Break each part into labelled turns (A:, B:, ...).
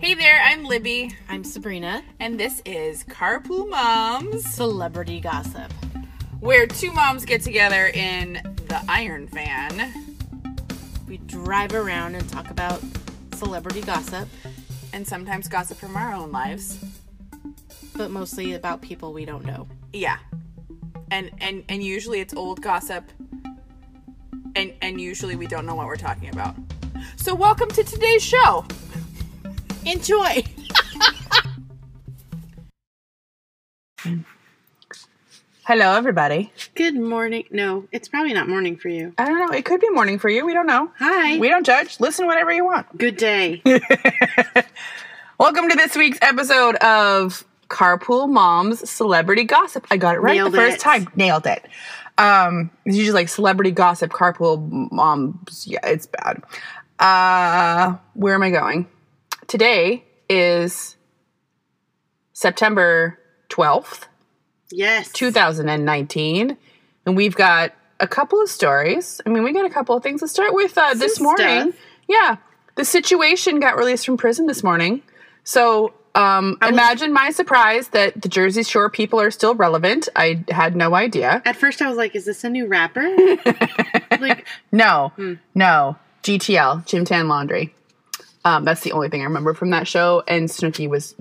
A: Hey there, I'm Libby,
B: I'm Sabrina,
A: and this is Carpool Moms,
B: celebrity gossip.
A: where two moms get together in the Iron Van,
B: We drive around and talk about celebrity gossip,
A: and sometimes gossip from our own lives.
B: but mostly about people we don't know.
A: Yeah, and and and usually it's old gossip, and and usually we don't know what we're talking about. So welcome to today's show.
B: Enjoy!
A: Hello, everybody.
B: Good morning. No, it's probably not morning for you.
A: I don't know. It could be morning for you. We don't know.
B: Hi.
A: We don't judge. Listen whenever you want.
B: Good day.
A: Welcome to this week's episode of Carpool Moms Celebrity Gossip. I got it right
B: Nailed
A: the first
B: it.
A: time. Nailed it. Um, it's usually like celebrity gossip, carpool moms. Yeah, it's bad. Uh, where am I going? Today is September 12th,
B: Yes.
A: 2019, and we've got a couple of stories. I mean, we got a couple of things. Let's start with uh, this
B: Some
A: morning.
B: stuff.
A: Yeah, the situation got released from prison this morning. So um, imagine my surprise that the Jersey Shore people are still relevant. I had no idea.
B: At first, I was like, is this a new rapper? like,
A: No,
B: Hmm.
A: no. GTL, Jim Tan Laundry. Um, that's the only thing I remember from that show. And Snooki was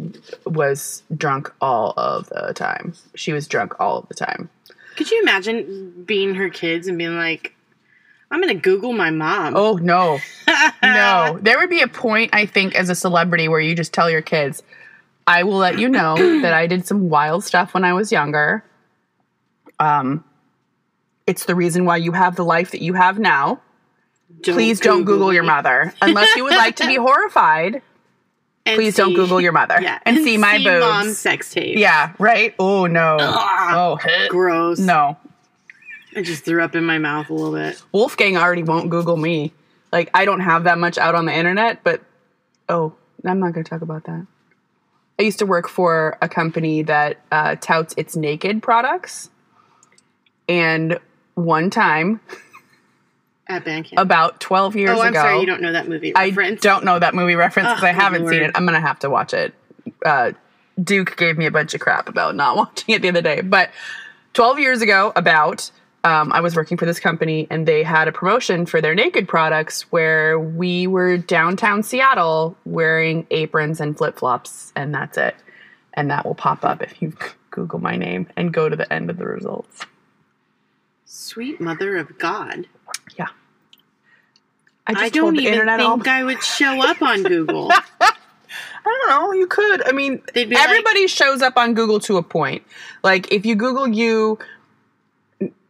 A: was drunk all of the time. She was drunk all of the time.
B: could you imagine being her kids and being like, I'm going to Google my mom?
A: Oh no, no! There would be a point I think as a celebrity where you just tell your kids, "I will let you know that I did some wild stuff when I was younger. Um, it's the reason why you have the life that you have now.
B: Don't
A: Please don't Google your
B: me.
A: mother unless you would like to be horrified.
B: And
A: Please don't
B: see-
A: Google your mother
B: Yeah.
A: and, see my boobs.
B: mom's sex tape.
A: yeah, right. Oh no. Oh
B: Gross.
A: no.
B: I just threw up in my mouth a little bit.
A: Wolfgang already won't Google me. Like I don't have that much out on the internet, but oh, I'm not going to talk about that. I used to work for a company that uh, touts its naked products, and one time
B: At Bandcamp.
A: about 12 years
B: Oh, I'm
A: ago,
B: sorry, you don't know that movie
A: I
B: reference.
A: don't know that movie reference because
B: Oh,
A: I haven't seen
B: Lord.
A: it. I'm gonna have to watch it. Uh, Duke gave me a bunch of crap about not watching it the other day, but 12 years ago, about um, I was working for this company and they had a promotion for their naked products where we were downtown Seattle wearing aprons and flip flops, and that's it. And that will pop up if you Google my name and go to the end of the results.
B: Sweet mother of God.
A: Yeah. I just
B: I
A: told
B: don't
A: the
B: even
A: internet
B: think
A: all
B: I would show up on Google.
A: I don't know. You could. I mean,
B: They'd be
A: everybody shows up on Google to a point. Like if you Google you,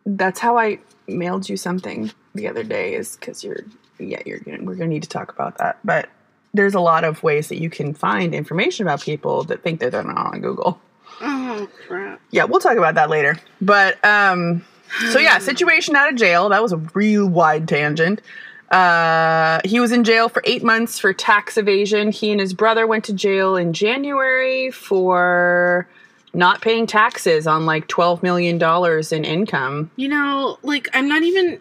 A: that's how I mailed you something the other day. Is because you're yeah you're gonna we're gonna need to talk about that. But there's a lot of ways that you can find information about people that think that they're not on Google.
B: oh crap.
A: Yeah, we'll talk about that later. But um, so yeah, situation out of jail. That was a real wide tangent. Uh, he was in jail for eight months for tax evasion. He and his brother went to jail in January for not paying taxes on like twelve million dollars in income.
B: You know, like I'm not even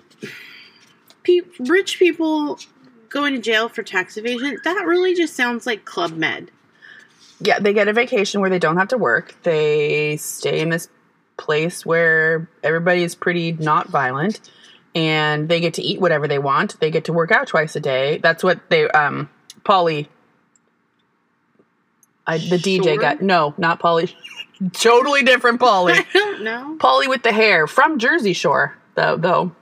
B: pe- rich people going to jail for tax evasion. That really just sounds like Club Med.
A: Yeah, they get a vacation where they don't have to work. They stay in this place where everybody is pretty not violent and they get to eat whatever they want. They get to work out twice a day. That's what they um Polly I, the DJ
B: Shore?
A: got no, not Polly. totally different Polly.
B: I don't know.
A: Polly with the hair from Jersey Shore though though.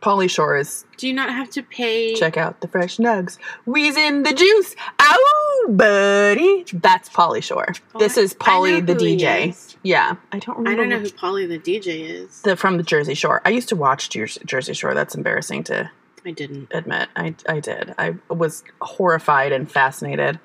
A: Polly Shore is
B: Do you not have to pay
A: check out the fresh nugs. We's in the juice. Ow, buddy. That's Polly Shore. this
B: I-
A: is Polly
B: I know
A: the
B: who he
A: DJ.
B: is.
A: Yeah, I don't
B: I
A: remember.
B: don't know who
A: which-
B: Polly the DJ is.
A: the from the Jersey Shore. I used to watch Jer- Jersey Shore. That's embarrassing to
B: I didn't.
A: admit. I I did. I was horrified and fascinated.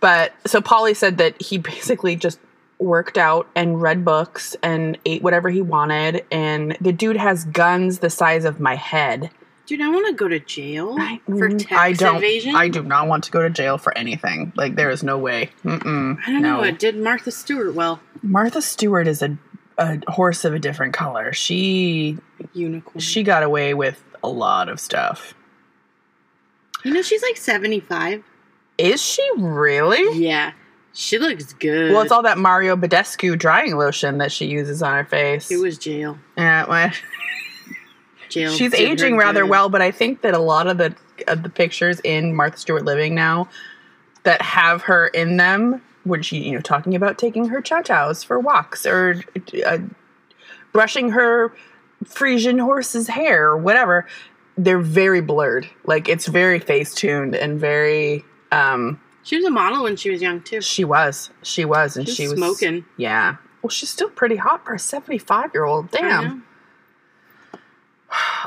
A: But so Polly said that he basically just worked out and read books and ate whatever he wanted and the dude has guns the size of my head.
B: Dude, I want to go to jail
A: I-
B: for
A: mm,
B: tax
A: I don't,
B: evasion.
A: I do not want to go to jail for anything. Like there is no way. Mm-mm,
B: I don't
A: no.
B: know. It did Martha Stewart well.
A: Martha Stewart is a, a horse of a different color. She
B: Unicorn.
A: she got away with a lot of stuff.
B: You know, she's like 75.
A: Is she really?
B: Yeah. She looks good.
A: Well, it's all that Mario Badescu drying lotion that she uses on her face.
B: it was jail.
A: Yeah, well,
B: Jail.
A: she's
B: did her
A: aging rather
B: good.
A: well, but I think that a lot of the of the pictures in Martha Stewart Living now that have her in them when she you know talking about taking her chow chows for walks or uh, brushing her Frisian horse's hair or whatever, they're very blurred. Like it's very face tuned and very. um
B: She was a model when she was young too. She
A: She was, she was, and
B: was
A: she was
B: smoking.
A: Yeah. Well, she's still pretty hot for a 75 year old.
B: I
A: Damn.
B: know.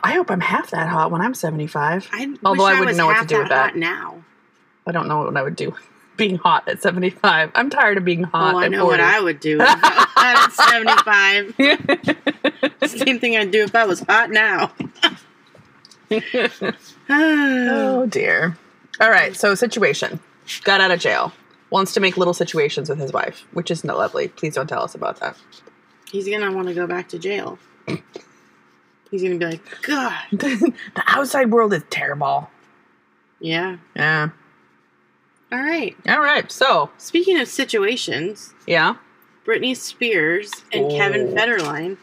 A: I, hope I'm half that hot when I'm 75.
B: I
A: Although
B: wish
A: I
B: I,
A: wouldn't
B: was
A: know what to
B: half
A: do with that.
B: hot now.
A: I don't know what I would do being hot at 75. I'm tired of being hot.
B: oh, I
A: at
B: know what I would do. If I was hot at seventy-five.
A: 40.
B: Same thing I'd do if I was hot now. oh,
A: oh, dear. All right. So, situation. Got out of jail. Wants to make little situations with his wife, which is not lovely. Please don't tell us about that.
B: he's gonna want to go back to jail. He's gonna be like, God,
A: the outside world is terrible.
B: yeah.
A: Yeah.
B: All right.
A: All right. So,
B: Speaking of situations,
A: yeah.
B: Britney Spears and
A: Oh.
B: Kevin Federline,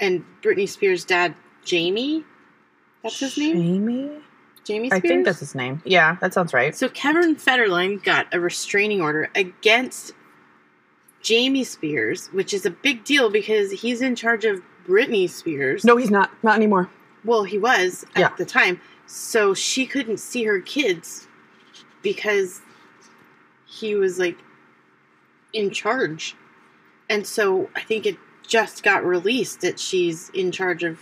B: and Britney Spears' dad, Jamie. That's his name,
A: Jamie?
B: Jamie
A: I
B: Spears.
A: think that's his name. Yeah, that sounds right.
B: So Kevin Federline got a restraining order against Jamie Spears, which is a big deal because he's in charge of Britney Spears.
A: No, he's not. Not anymore.
B: Well, he was at
A: Yeah.
B: the time. So she couldn't see her kids because he was like in charge. And so I think it just got released that she's in charge of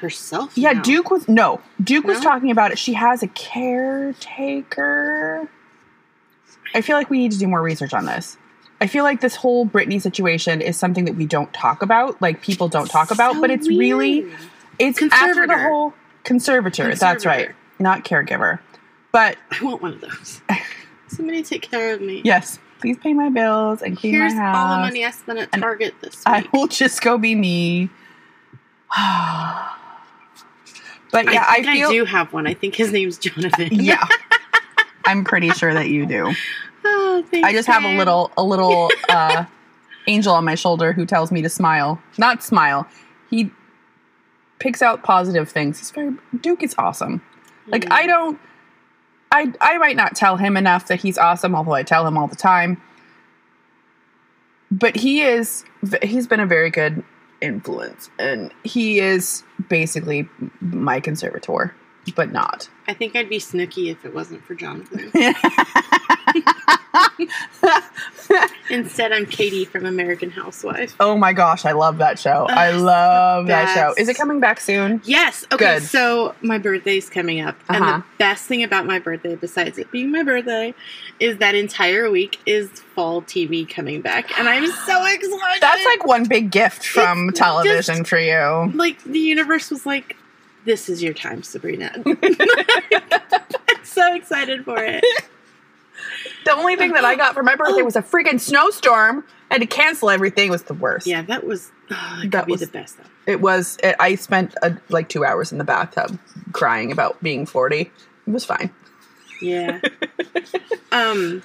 B: herself.
A: Yeah,
B: now.
A: Duke was no. Duke was
B: No?
A: talking about it. She has a caretaker. I feel like we need to do more research on this. I feel like this whole Britney situation is something that we don't talk about, like people don't talk about,
B: So
A: but it's really
B: weird.
A: it's after the
B: Conservator.
A: whole conservator. That's right.
B: Conservator.
A: Not caregiver. But
B: I want one of those. Somebody take care of me.
A: yes, please pay my bills and clean
B: Here's
A: my house.
B: all the money I spent at
A: And
B: Target this week.
A: I will just go be me. but yeah, I,
B: I, think I
A: feel
B: do have one. I think his name's Jonathan.
A: yeah. I'm pretty sure that you do.
B: Oh, thanks,
A: I just have a
B: babe.
A: little a little uh angel on my shoulder who tells me to smile. Not smile. He picks out positive things. He's very Duke is awesome. Like I don't I I might not tell him enough that he's awesome, although I tell him all the time. But he is he's been a very good influence and he is basically my conservator, but not.
B: I think I'd be snooky if it wasn't for Jonathan. Instead, I'm Katie from American Housewife.
A: oh my gosh, I love that show. I
B: Ugh,
A: love that show.
B: best.
A: Is it coming back soon?
B: Yes. Okay.
A: Good.
B: So my birthday's coming up,
A: Uh-huh.
B: and the best thing about my birthday, besides it being my birthday, is that entire week is fall TV coming back, and I'm so excited.
A: That's like one big gift from
B: It's
A: television for you.
B: like the universe was like, "This is your time, Sabrina." I'm so excited for it.
A: The only thing that I got for my birthday was a freaking snowstorm. I had to cancel everything. It was the worst.
B: Yeah, that was oh, that,
A: That
B: could
A: was-
B: be the best. Though.
A: It was. It, I spent uh like two hours in the bathtub crying about being forty. It was fine.
B: Yeah. um.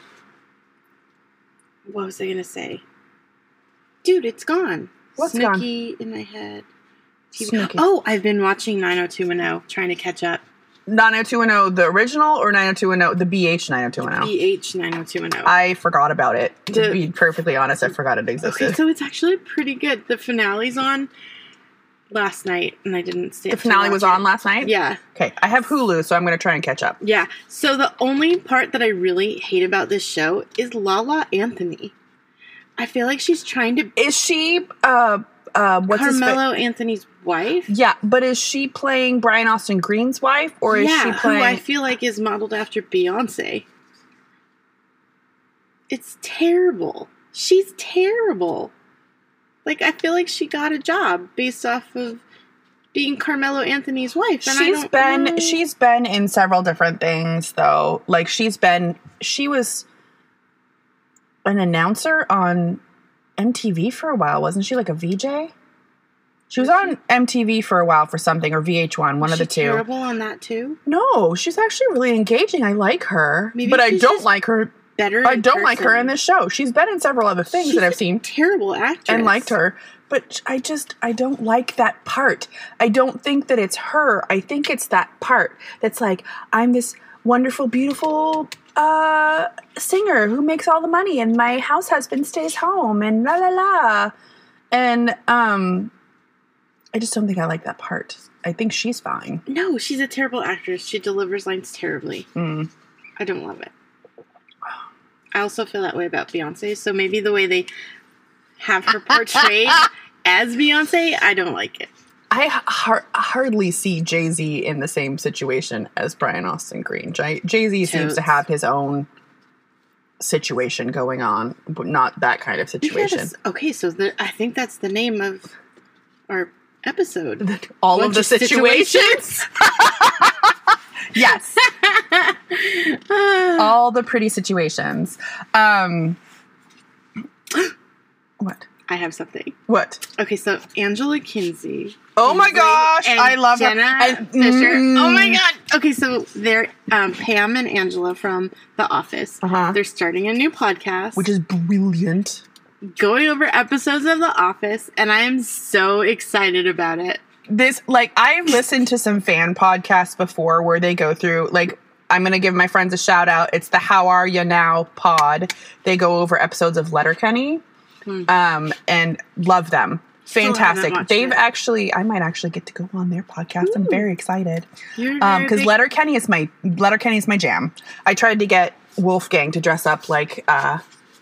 B: What was I gonna say? Dude, it's gone.
A: What's
B: Snooki in my head. TV.
A: Snooki.
B: Oh, I've been watching 90210, trying to catch up.
A: Nine hundred two and zero, the original, or nine hundred two and zero, the BH nine hundred two and zero.
B: BH 90210.
A: I forgot about it. To
B: The-
A: be perfectly honest, I forgot it
B: Okay,
A: existed.
B: so it's actually pretty good. The finale's on last night, and I didn't stay.
A: the
B: up to
A: finale
B: watch
A: was
B: it.
A: on last night.
B: Yeah,
A: Okay, I have Hulu, so I'm gonna try and catch up.
B: yeah. So the only part that I really hate about this show is Lala Anthony. I feel like she's trying to
A: Is she? Uh, uh, what's his fa-
B: Carmelo Anthony's wife.
A: Yeah, but is she playing Brian Austin Green's wife, or is she playing?
B: who I feel like is modeled after Beyonce. It's terrible. She's terrible. Like I feel like she got a job based off of being Carmelo Anthony's wife. And I
A: she's
B: don't
A: been
B: know-
A: she's been in several different things though. Like she's been she was an announcer on MTV for a while, wasn't she? Like a VJ. She was on MTV for a while for something or VH1, one
B: Was
A: of the
B: she
A: two.
B: Terrible on that too.
A: No, she's actually really engaging. I like her,
B: Maybe
A: but I
B: she's
A: don't
B: just
A: like her.
B: Better.
A: I
B: in
A: don't like her
B: person.
A: in this show. She's been in several other things
B: She's
A: that I've
B: a
A: seen
B: Terrible actress.
A: and liked her, but I just I don't like that part. I don't think that it's her. I think it's that part that's like I'm this wonderful, beautiful uh singer who makes all the money and my house husband stays home and la la la. And um I just don't think I like that part. I think she's fine.
B: No, she's a terrible actress. She delivers lines terribly.
A: Mm.
B: I don't love it. I also feel that way about Beyonce. So maybe the way they have her portrayed as Beyonce, I don't like it.
A: I har- hardly see Jay Z in the same situation as Brian Austin Green. Jay Z seems
B: Totes.
A: to have his own situation going on, but not that kind of
B: Maybe that
A: situation.
B: is- okay, so the, I think that's the name of our episode.
A: All of
B: Bunch
A: the
B: of
A: situations. yes,
B: Ah.
A: all the pretty situations. Um, what?
B: I have something.
A: What?
B: Okay, so Angela Kinsey.
A: Oh my
B: Kinsey
A: gosh,
B: and
A: I love
B: Jenna
A: her. And-
B: Fisher. Oh my
A: mm.
B: god. Okay, so they're um, Pam and Angela from The Office.
A: Uh-huh.
B: They're starting a new podcast,
A: Which is brilliant.
B: going over episodes of The Office, and I am so excited about it.
A: this like I've listened to some fan podcasts before where they go through like I'm gonna give my friends a shout out. It's the How Are Ya Now pod. They go over episodes of Letterkenny,
B: Hmm.
A: um, and love them.
B: Still haven't
A: Fantastic.
B: watched
A: They've
B: it.
A: actually I might actually get to go on their podcast. I'm
B: Ooh.
A: very excited
B: You're
A: um
B: very
A: because
B: big-
A: letterkenny is my letterkenny is my jam i tried to get wolfgang to dress up like uh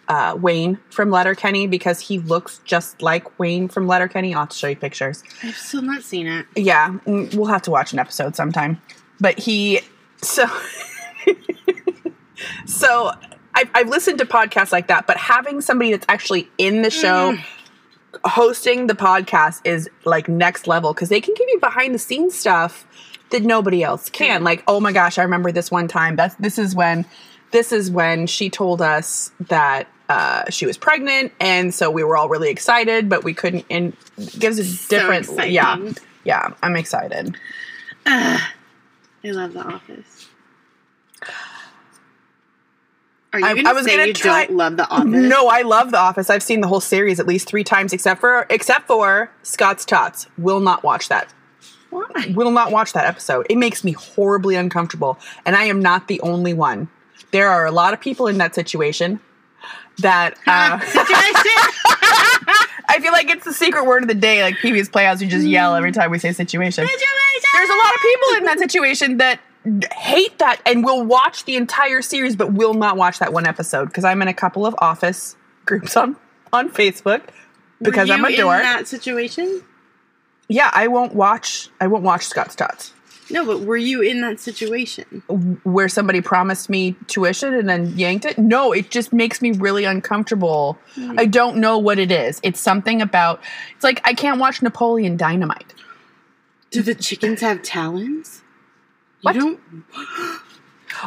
A: uh, Wayne from Letterkenny because he looks just like Wayne from Letterkenny. I'll have to show you pictures.
B: I've still not seen it.
A: Yeah, mm, we'll have to watch an episode sometime. But he, so, so I've, I've listened to podcasts like that, but having somebody that's actually in the show
B: Mm.
A: hosting the podcast is like next level because they can give you behind the scenes stuff that nobody else can.
B: Mm.
A: Like, oh my gosh, I remember this one time. That's this is when this is when she told us that uh, she was pregnant, and so we were all really excited, but we couldn't. And it gives us
B: So
A: different, yeah,
B: exciting.
A: yeah. I'm excited.
B: Ah, I love The Office. Are you
A: I-
B: gonna
A: I was
B: say
A: gonna
B: you
A: try-
B: don't love The Office?
A: No, I love The Office. I've seen the whole series at least three times, except for except for Scott's Tots. Will not watch that.
B: Why?
A: will not watch that episode. It makes me horribly uncomfortable. And I am not the only one. There are a lot of people in that situation that uh,
B: Situation?
A: I feel like it's the secret word of the day, like PB's Playhouse, you just yell every time we say situation.
B: Situation!
A: There's a lot of people in that situation that hate that and will watch the entire series but will not watch that one episode because I'm in a couple of office groups on, on Facebook because
B: Were
A: I'm a
B: you
A: dork.
B: In that situation?
A: yeah, I won't watch I won't watch Scott's Tots.
B: No, but were you in that situation?
A: where somebody promised me tuition and then yanked it. No, it just makes me really uncomfortable.
B: Hmm.
A: I don't know what it is. It's something about it's like I can't watch Napoleon Dynamite.
B: Do the chickens have talons?
A: What?
B: You don't.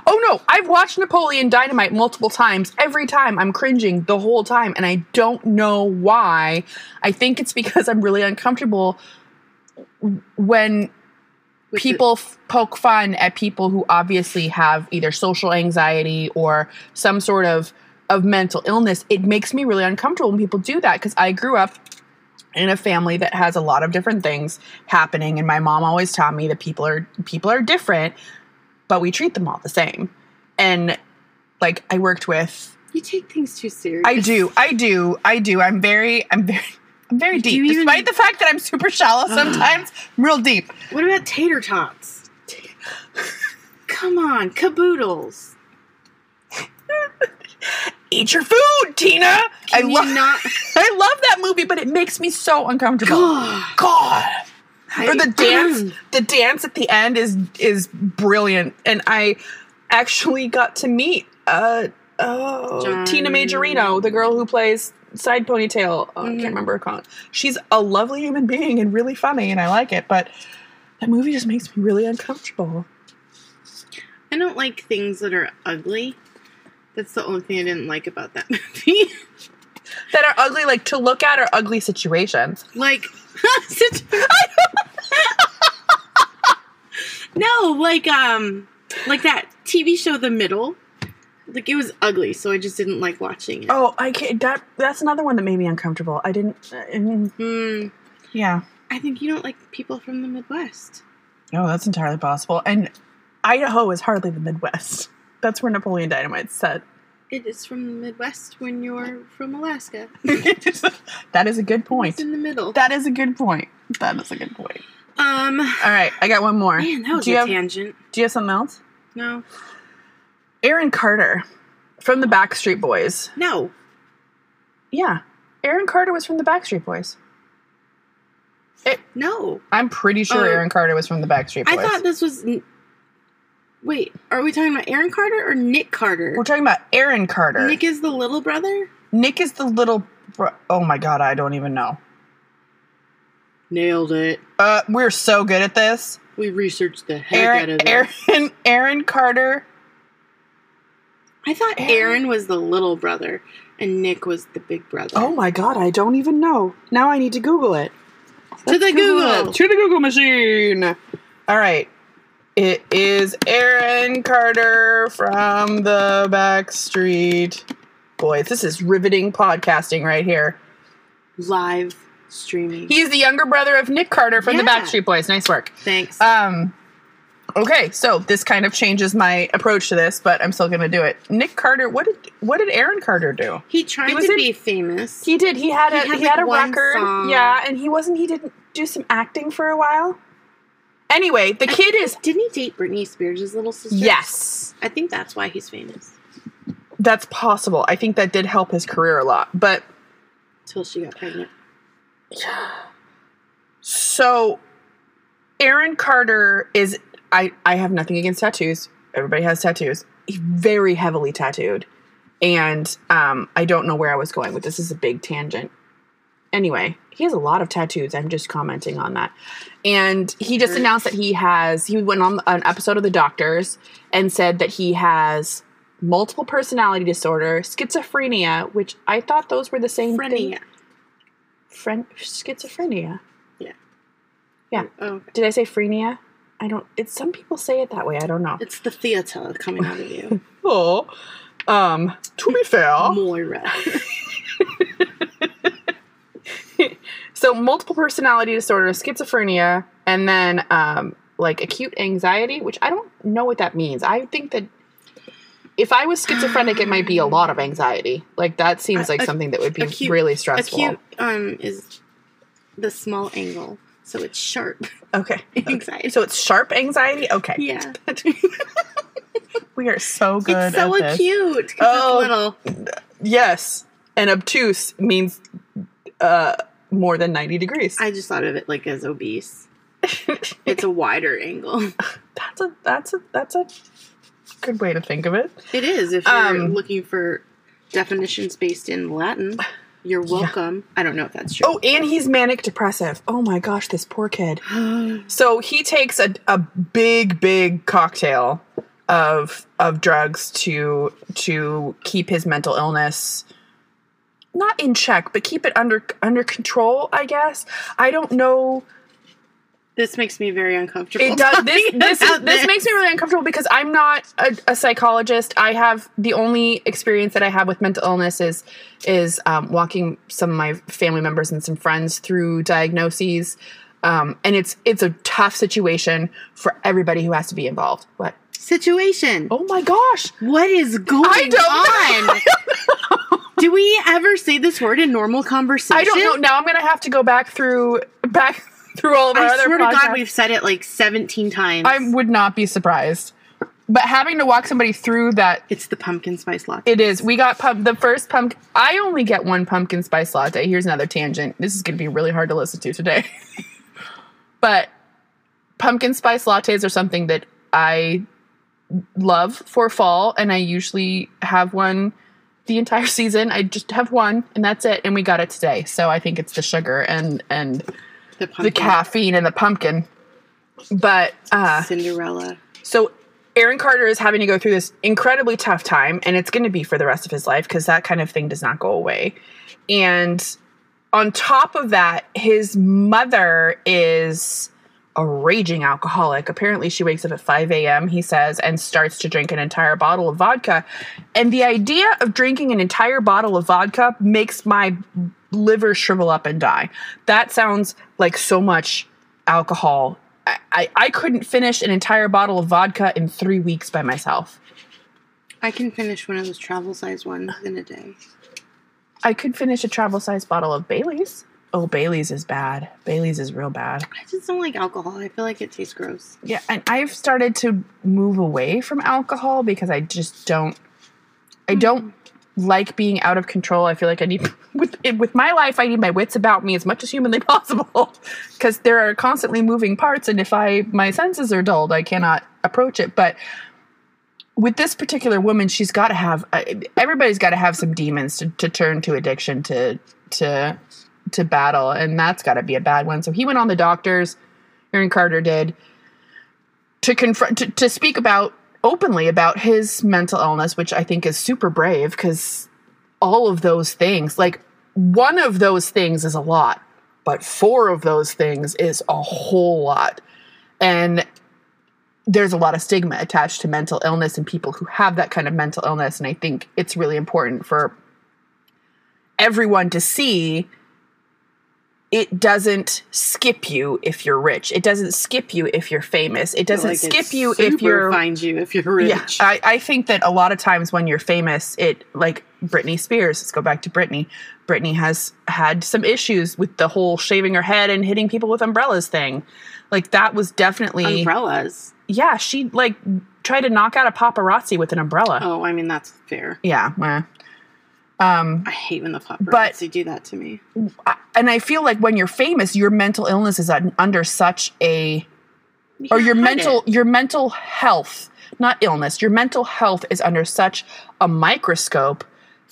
A: Oh no, I've watched Napoleon Dynamite multiple times. Every time I'm cringing the whole time and I don't know why. I think it's because I'm really uncomfortable w- when
B: with the-
A: people f- poke fun at people who obviously have either social anxiety or some sort of of mental illness it makes me really uncomfortable when people do that because i grew up in a family that has a lot of different things happening and my mom always taught me that people are people are different but we treat them all the same and like i worked with
B: you take things too serious.
A: i do i do i do i'm very i'm very i'm very
B: you
A: deep
B: even-
A: despite the fact that i'm super shallow sometimes i'm real deep
B: What about tater tots? Come on, caboodles.
A: eat your food, Tina. I
B: Can you
A: love
B: not.
A: I love that movie, but it makes me so uncomfortable.
B: God.
A: God. Or the
B: I-
A: dance the dance at the end is is brilliant and I actually got to meet uh oh
B: John-
A: Tina Majorino, the girl who plays Side Ponytail. Oh, I
B: Mhm.
A: can't remember her con. She's a lovely human being and really funny and I like it, but that movie just makes me really uncomfortable.
B: I don't like things that are ugly. That's the only thing I didn't like about that movie.
A: That are ugly like to look at are ugly situations.
B: like no, like um, like that TV show The Middle. Like it was ugly, so I just didn't like watching it.
A: Oh, I can't. That that's another one that made me uncomfortable. I didn't. I mean,
B: Hmm.
A: yeah.
B: I think you don't like people from the Midwest.
A: Oh, that's entirely possible. And Idaho is hardly the Midwest. That's where Napoleon Dynamite's set.
B: It is from the Midwest when you're from Alaska.
A: that is a good
B: It's
A: point.
B: in the middle.
A: That is a good point. That is a good point.
B: um,
A: All right, I got one more.
B: man, that was
A: do
B: a
A: you have
B: tangent.
A: Do you have something else?
B: No,
A: Aaron Carter from the Backstreet Boys.
B: no.
A: Yeah, Aaron Carter was from the Backstreet Boys.
B: No.
A: I'm pretty sure
B: Oh.
A: Aaron Carter was from the Backstreet
B: I
A: Boys.
B: thought this was. N- Wait, are we talking about Aaron Carter or Nick Carter?
A: We're talking about Aaron Carter.
B: Nick
A: Nick,
B: is the little brother?
A: is the little. Bro- oh my god, I don't even know.
B: Nailed it.
A: Uh, we're so good at this.
B: We researched the heck out of
A: Aaron,
B: this.
A: Aaron, Aaron Carter.
B: I thought Aaron was the little brother and Nick was the big brother.
A: Oh my god, I don't even know. Now I need to Google it.
B: to the Google.
A: To the Google machine. All right. It is Aaron Carter from the Backstreet Boys. This is riveting podcasting right here.
B: Live streaming.
A: He's the younger brother of Nick Carter from the
B: Yeah.
A: Backstreet Boys. Nice work.
B: Thanks.
A: Um Okay, so this kind of changes my approach to this, but I'm still going to do it. Nick Carter, what did what did Aaron Carter do?
B: he tried
A: he was
B: to
A: in-
B: be famous.
A: He did. He had
B: He
A: a
B: had,
A: he
B: like,
A: had a
B: one
A: record.
B: song.
A: Yeah, and he wasn't he didn't do some acting for a while. Anyway, the kid is
B: Didn't he date Britney Spears' his little sister?
A: yes.
B: I think that's why he's famous.
A: That's possible. I think that did help his career a lot. But
B: Till she got pregnant.
A: so Aaron Carter is I I have nothing against tattoos. Everybody has tattoos. He's very heavily tattooed. And um I don't know where I was going with this. This is a big tangent. Anyway, he has a lot of tattoos. I'm just commenting on that. And he just
B: Sure.
A: announced that he has he went on an episode of The Doctors and said that he has multiple personality disorder, schizophrenia, which I thought those were the same thing.
B: Frenia.
A: Fren- schizophrenia. Yeah.
B: Oh, okay.
A: Did I say frenia? I don't. It's some people say it that way. I don't know.
B: It's the theater coming out of you.
A: Oh, um. To be fair,
B: Moira.
A: so multiple personality disorder, schizophrenia, and then um, like acute anxiety, which I don't know what that means. I think that if I was schizophrenic, it might be a lot of anxiety. Like that seems
B: A-
A: like
B: a-
A: something that would be
B: acute-
A: really stressful.
B: Acute um is the small angle, so it's sharp
A: Okay.
B: anxiety.
A: So it's sharp anxiety. Okay.
B: yeah,
A: We are so good.
B: it's so
A: at this.
B: acute. 'cause
A: Oh.
B: it's little.
A: Yes, and obtuse means uh more than ninety degrees.
B: I just thought of it like as obese. it's a wider angle.
A: That's a that's a that's a good way to think of it.
B: It is if you're
A: Um.
B: looking for definitions based in Latin. You're
A: Yeah.
B: welcome. I don't know if that's true.
A: Oh, and he's manic depressive. Oh my gosh, this poor kid. So he takes a, a big big cocktail of of drugs to to keep his mental illness not in check, but keep it under under control, I guess. I don't know
B: this makes me very uncomfortable.
A: It does. This
B: talking
A: this, is,
B: about
A: this makes me really uncomfortable because I'm not a, a psychologist. I have the only experience that I have with mental illness is is um, walking some of my family members and some friends through diagnoses, um, and it's it's a tough situation for everybody who has to be involved. What?
B: situation.
A: Oh my gosh!
B: What is going
A: I don't know.
B: on? Do we ever say this word in normal conversation?
A: I don't know. Now I'm gonna have to go back through back through all of our
B: I
A: other.
B: swear to
A: podcasts.
B: God, we've said it like 17 times.
A: I would not be surprised, but having to walk somebody through that
B: it's the pumpkin spice latte.
A: It is. We got pump the first pumpkin. I only get one pumpkin spice latte. Here's another tangent. This is going to be really hard to listen to today. but pumpkin spice lattes are something that I love for fall, and I usually have one the entire season. I just have one, and that's it. And we got it today, so I think it's the sugar and and the
B: the pumpkin
A: caffeine and the pumpkin. But uh,
B: Cinderella.
A: so Aaron Carter is having to go through this incredibly tough time, and it's going to be for the rest of his life because that kind of thing does not go away. And on top of that, his mother is a raging alcoholic. Apparently, she wakes up at 5 a.m., he says, and starts to drink an entire bottle of vodka. And the idea of drinking an entire bottle of vodka makes my liver shrivel up and die. That sounds like so much alcohol. I, I, I couldn't finish an entire bottle of vodka in three weeks by myself.
B: I can finish one of those travel size ones in a day.
A: I could finish a travel sized bottle of Bailey's. Oh, Bailey's is bad. Bailey's is real bad.
B: I just don't like alcohol. I feel like it tastes gross.
A: Yeah, and I've started to move away from alcohol because I just don't. I don't like being out of control. I feel like I need with with my life. I need my wits about me as much as humanly possible because there are constantly moving parts, and if I my senses are dulled, I cannot approach it. But with this particular woman, she's got to have uh, everybody's got to have some demons to, to turn to addiction to to to battle, and that's got to be a bad one. So he went on the doctors. Aaron Carter did to confront to, to speak about openly about his mental illness, which I think is super brave because all of those things, like one of those things, is a lot, but four of those things is a whole lot, and there's a lot of stigma attached to mental illness and people who have that kind of mental illness. And I think it's really important for everyone to see it doesn't skip you if you're rich. It doesn't skip you if you're famous. It doesn't
B: Like, it
A: skip you if
B: super
A: you're
B: finds you if you're rich.
A: yeah, I, I think that a lot of times when you're famous, it like Britney Spears. Let's go back to Britney. Britney has had some issues with the whole shaving her head and hitting people with umbrellas thing. Like that was definitely
B: Umbrellas.
A: yeah. She like tried to knock out a paparazzi with an umbrella.
B: Oh, I mean that's fair.
A: Yeah. meh. Um,
B: I hate when the paparazzi do that to me.
A: I- and I feel like when you're famous, your mental illness is un- under such a
B: You
A: or
B: can
A: your
B: hide
A: mental
B: it.
A: your mental health not illness your mental health is under such a microscope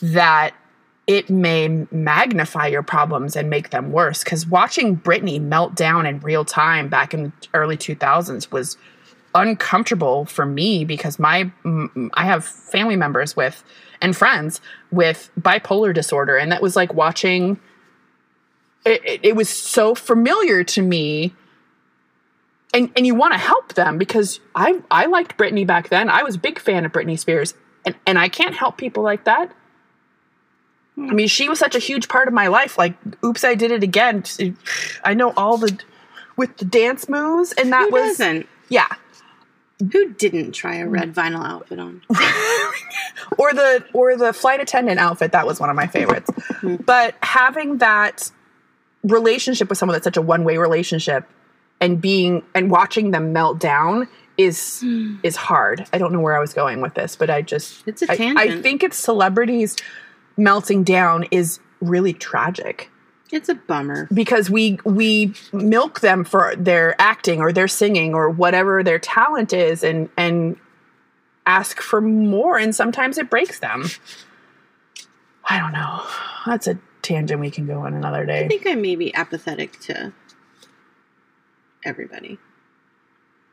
A: that it may magnify your problems and make them worse because watching britney melt down in real time back in the early 2000s was uncomfortable for me because my mm, i have family members with and friends with bipolar disorder and that was like watching it, it, it was so familiar to me and and you want to help them because I I liked Britney back then. I was a big fan of Britney Spears, and and I can't help people like that. I mean, she was such a huge part of my life. Like, oops, I did it again. I know all the with the dance moves, and that
B: Who
A: was Hmm.
B: doesn't?
A: yeah,
B: Who didn't try a red vinyl outfit on?
A: or the or the flight attendant outfit. That was one of my favorites.
B: Mm-hmm.
A: but having that relationship with someone that's such a one way relationship, and being and watching them melt down is is hard. I don't know where I was going with this, but I just
B: Hmm. It's a
A: I-
B: tangent.
A: I, think it's celebrities melting down is really tragic
B: it's a bummer.
A: because we we milk them for their acting or their singing or whatever their talent is and and ask for more and sometimes it breaks them. I don't know. That's a tangent we can go on another
B: I
A: day.
B: think I may be apathetic to everybody.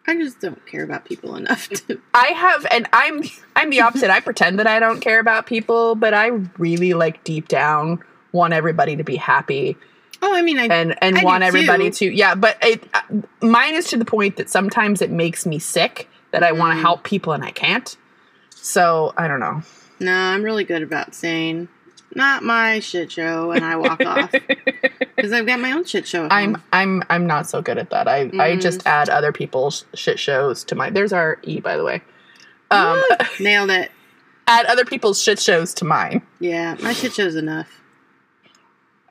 B: I just don't care about people enough to.
A: I have and I'm I'm the opposite. I pretend that I don't care about people, but I really like deep down want everybody to be happy
B: Oh, I mean, I
A: and and
B: I do
A: want everybody
B: too.
A: to yeah, but it uh, mine is to the point that sometimes it makes me sick that I want to
B: Mm.
A: help people and I can't. So, I don't know.
B: no, I'm really good about saying not my shit show, and I walk off because I've got my own shit show. at
A: I'm
B: home.
A: I'm I'm not so good at that. I I
B: Mm.
A: just add other people's shit shows to my There's our E by the way. Um
B: nailed it.
A: add other people's shit shows to mine.
B: Yeah, my shit show's enough.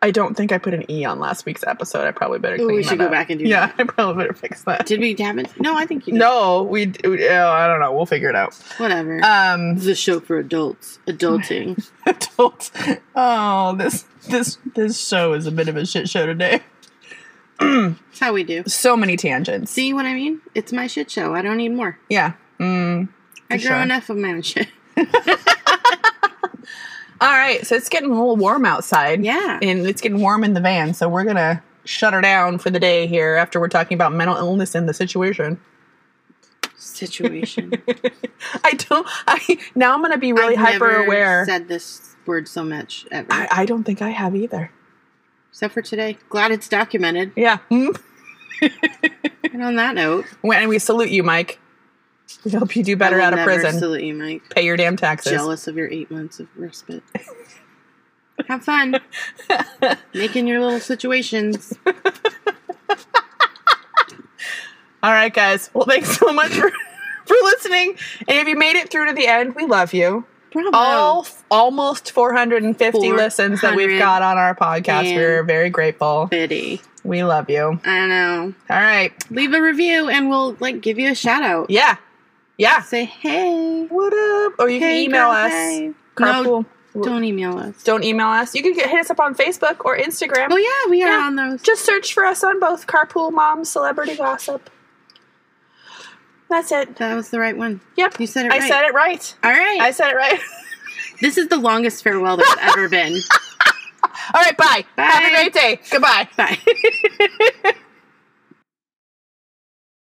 A: I don't think I put an E on last week's episode. I probably better
B: Ooh,
A: clean
B: we
A: that
B: should go
A: up.
B: back and do
A: Yeah,
B: that.
A: I probably better fix that.
B: Did we damage? No, I think you did.
A: No, we. d- we- Oh, I don't know. We'll figure it out.
B: whatever.
A: Um,
B: This is a show for adults, adulting.
A: adults. Oh, this this this show is a bit of a shit show today.
B: That's how we do.
A: So many tangents.
B: See what I mean? It's my shit show. I don't need more.
A: Yeah. Mm.
B: I
A: For
B: grow
A: sure.
B: enough of my own shit.
A: All right. So it's getting a little warm outside.
B: Yeah.
A: And it's getting warm in the van, so we're gonna shut her down for the day here after we're talking about mental illness and the situation.
B: Situation.
A: I don't. I now I'm gonna be really
B: I've
A: hyper
B: never
A: aware.
B: Said this word so much ever.
A: I, I don't think I have either.
B: except for today. Glad it's documented.
A: Yeah. Mm.
B: And on that note,
A: And we salute you, Mike. We hope you do better
B: I will
A: out of
B: never
A: prison.
B: Salute you, Mike.
A: Pay your damn taxes.
B: Jealous of your eight months of respite. Have fun making your little situations.
A: All right, guys. Well, thanks so much for, for listening. And if you made it through to the end, we love you.
B: Bravo.
A: All almost 450 listens that we've
B: 400.
A: got on our podcast.
B: And-
A: We're very grateful.
B: bitty.
A: We love you. All
B: I know.
A: right.
B: Leave a review and we'll like give you a shout out.
A: Yeah. Yeah.
B: Say hey.
A: What up? Or you can
B: Hey,
A: email
B: girl,
A: us.
B: hey.
A: Carpool.
B: No, don't email us.
A: Don't email us. You can get, hit us up on Facebook or Instagram.
B: Oh yeah, we are
A: Yeah.
B: on those.
A: Just search for us on both Carpool Mom Celebrity Gossip. That's it.
B: That was the right one.
A: Yep.
B: You said it
A: I
B: right.
A: said it right.
B: All right.
A: I said it right.
B: this is the longest farewell there's ever been.
A: All right, bye. Have a
B: Bye.
A: great day. Goodbye.
B: Bye.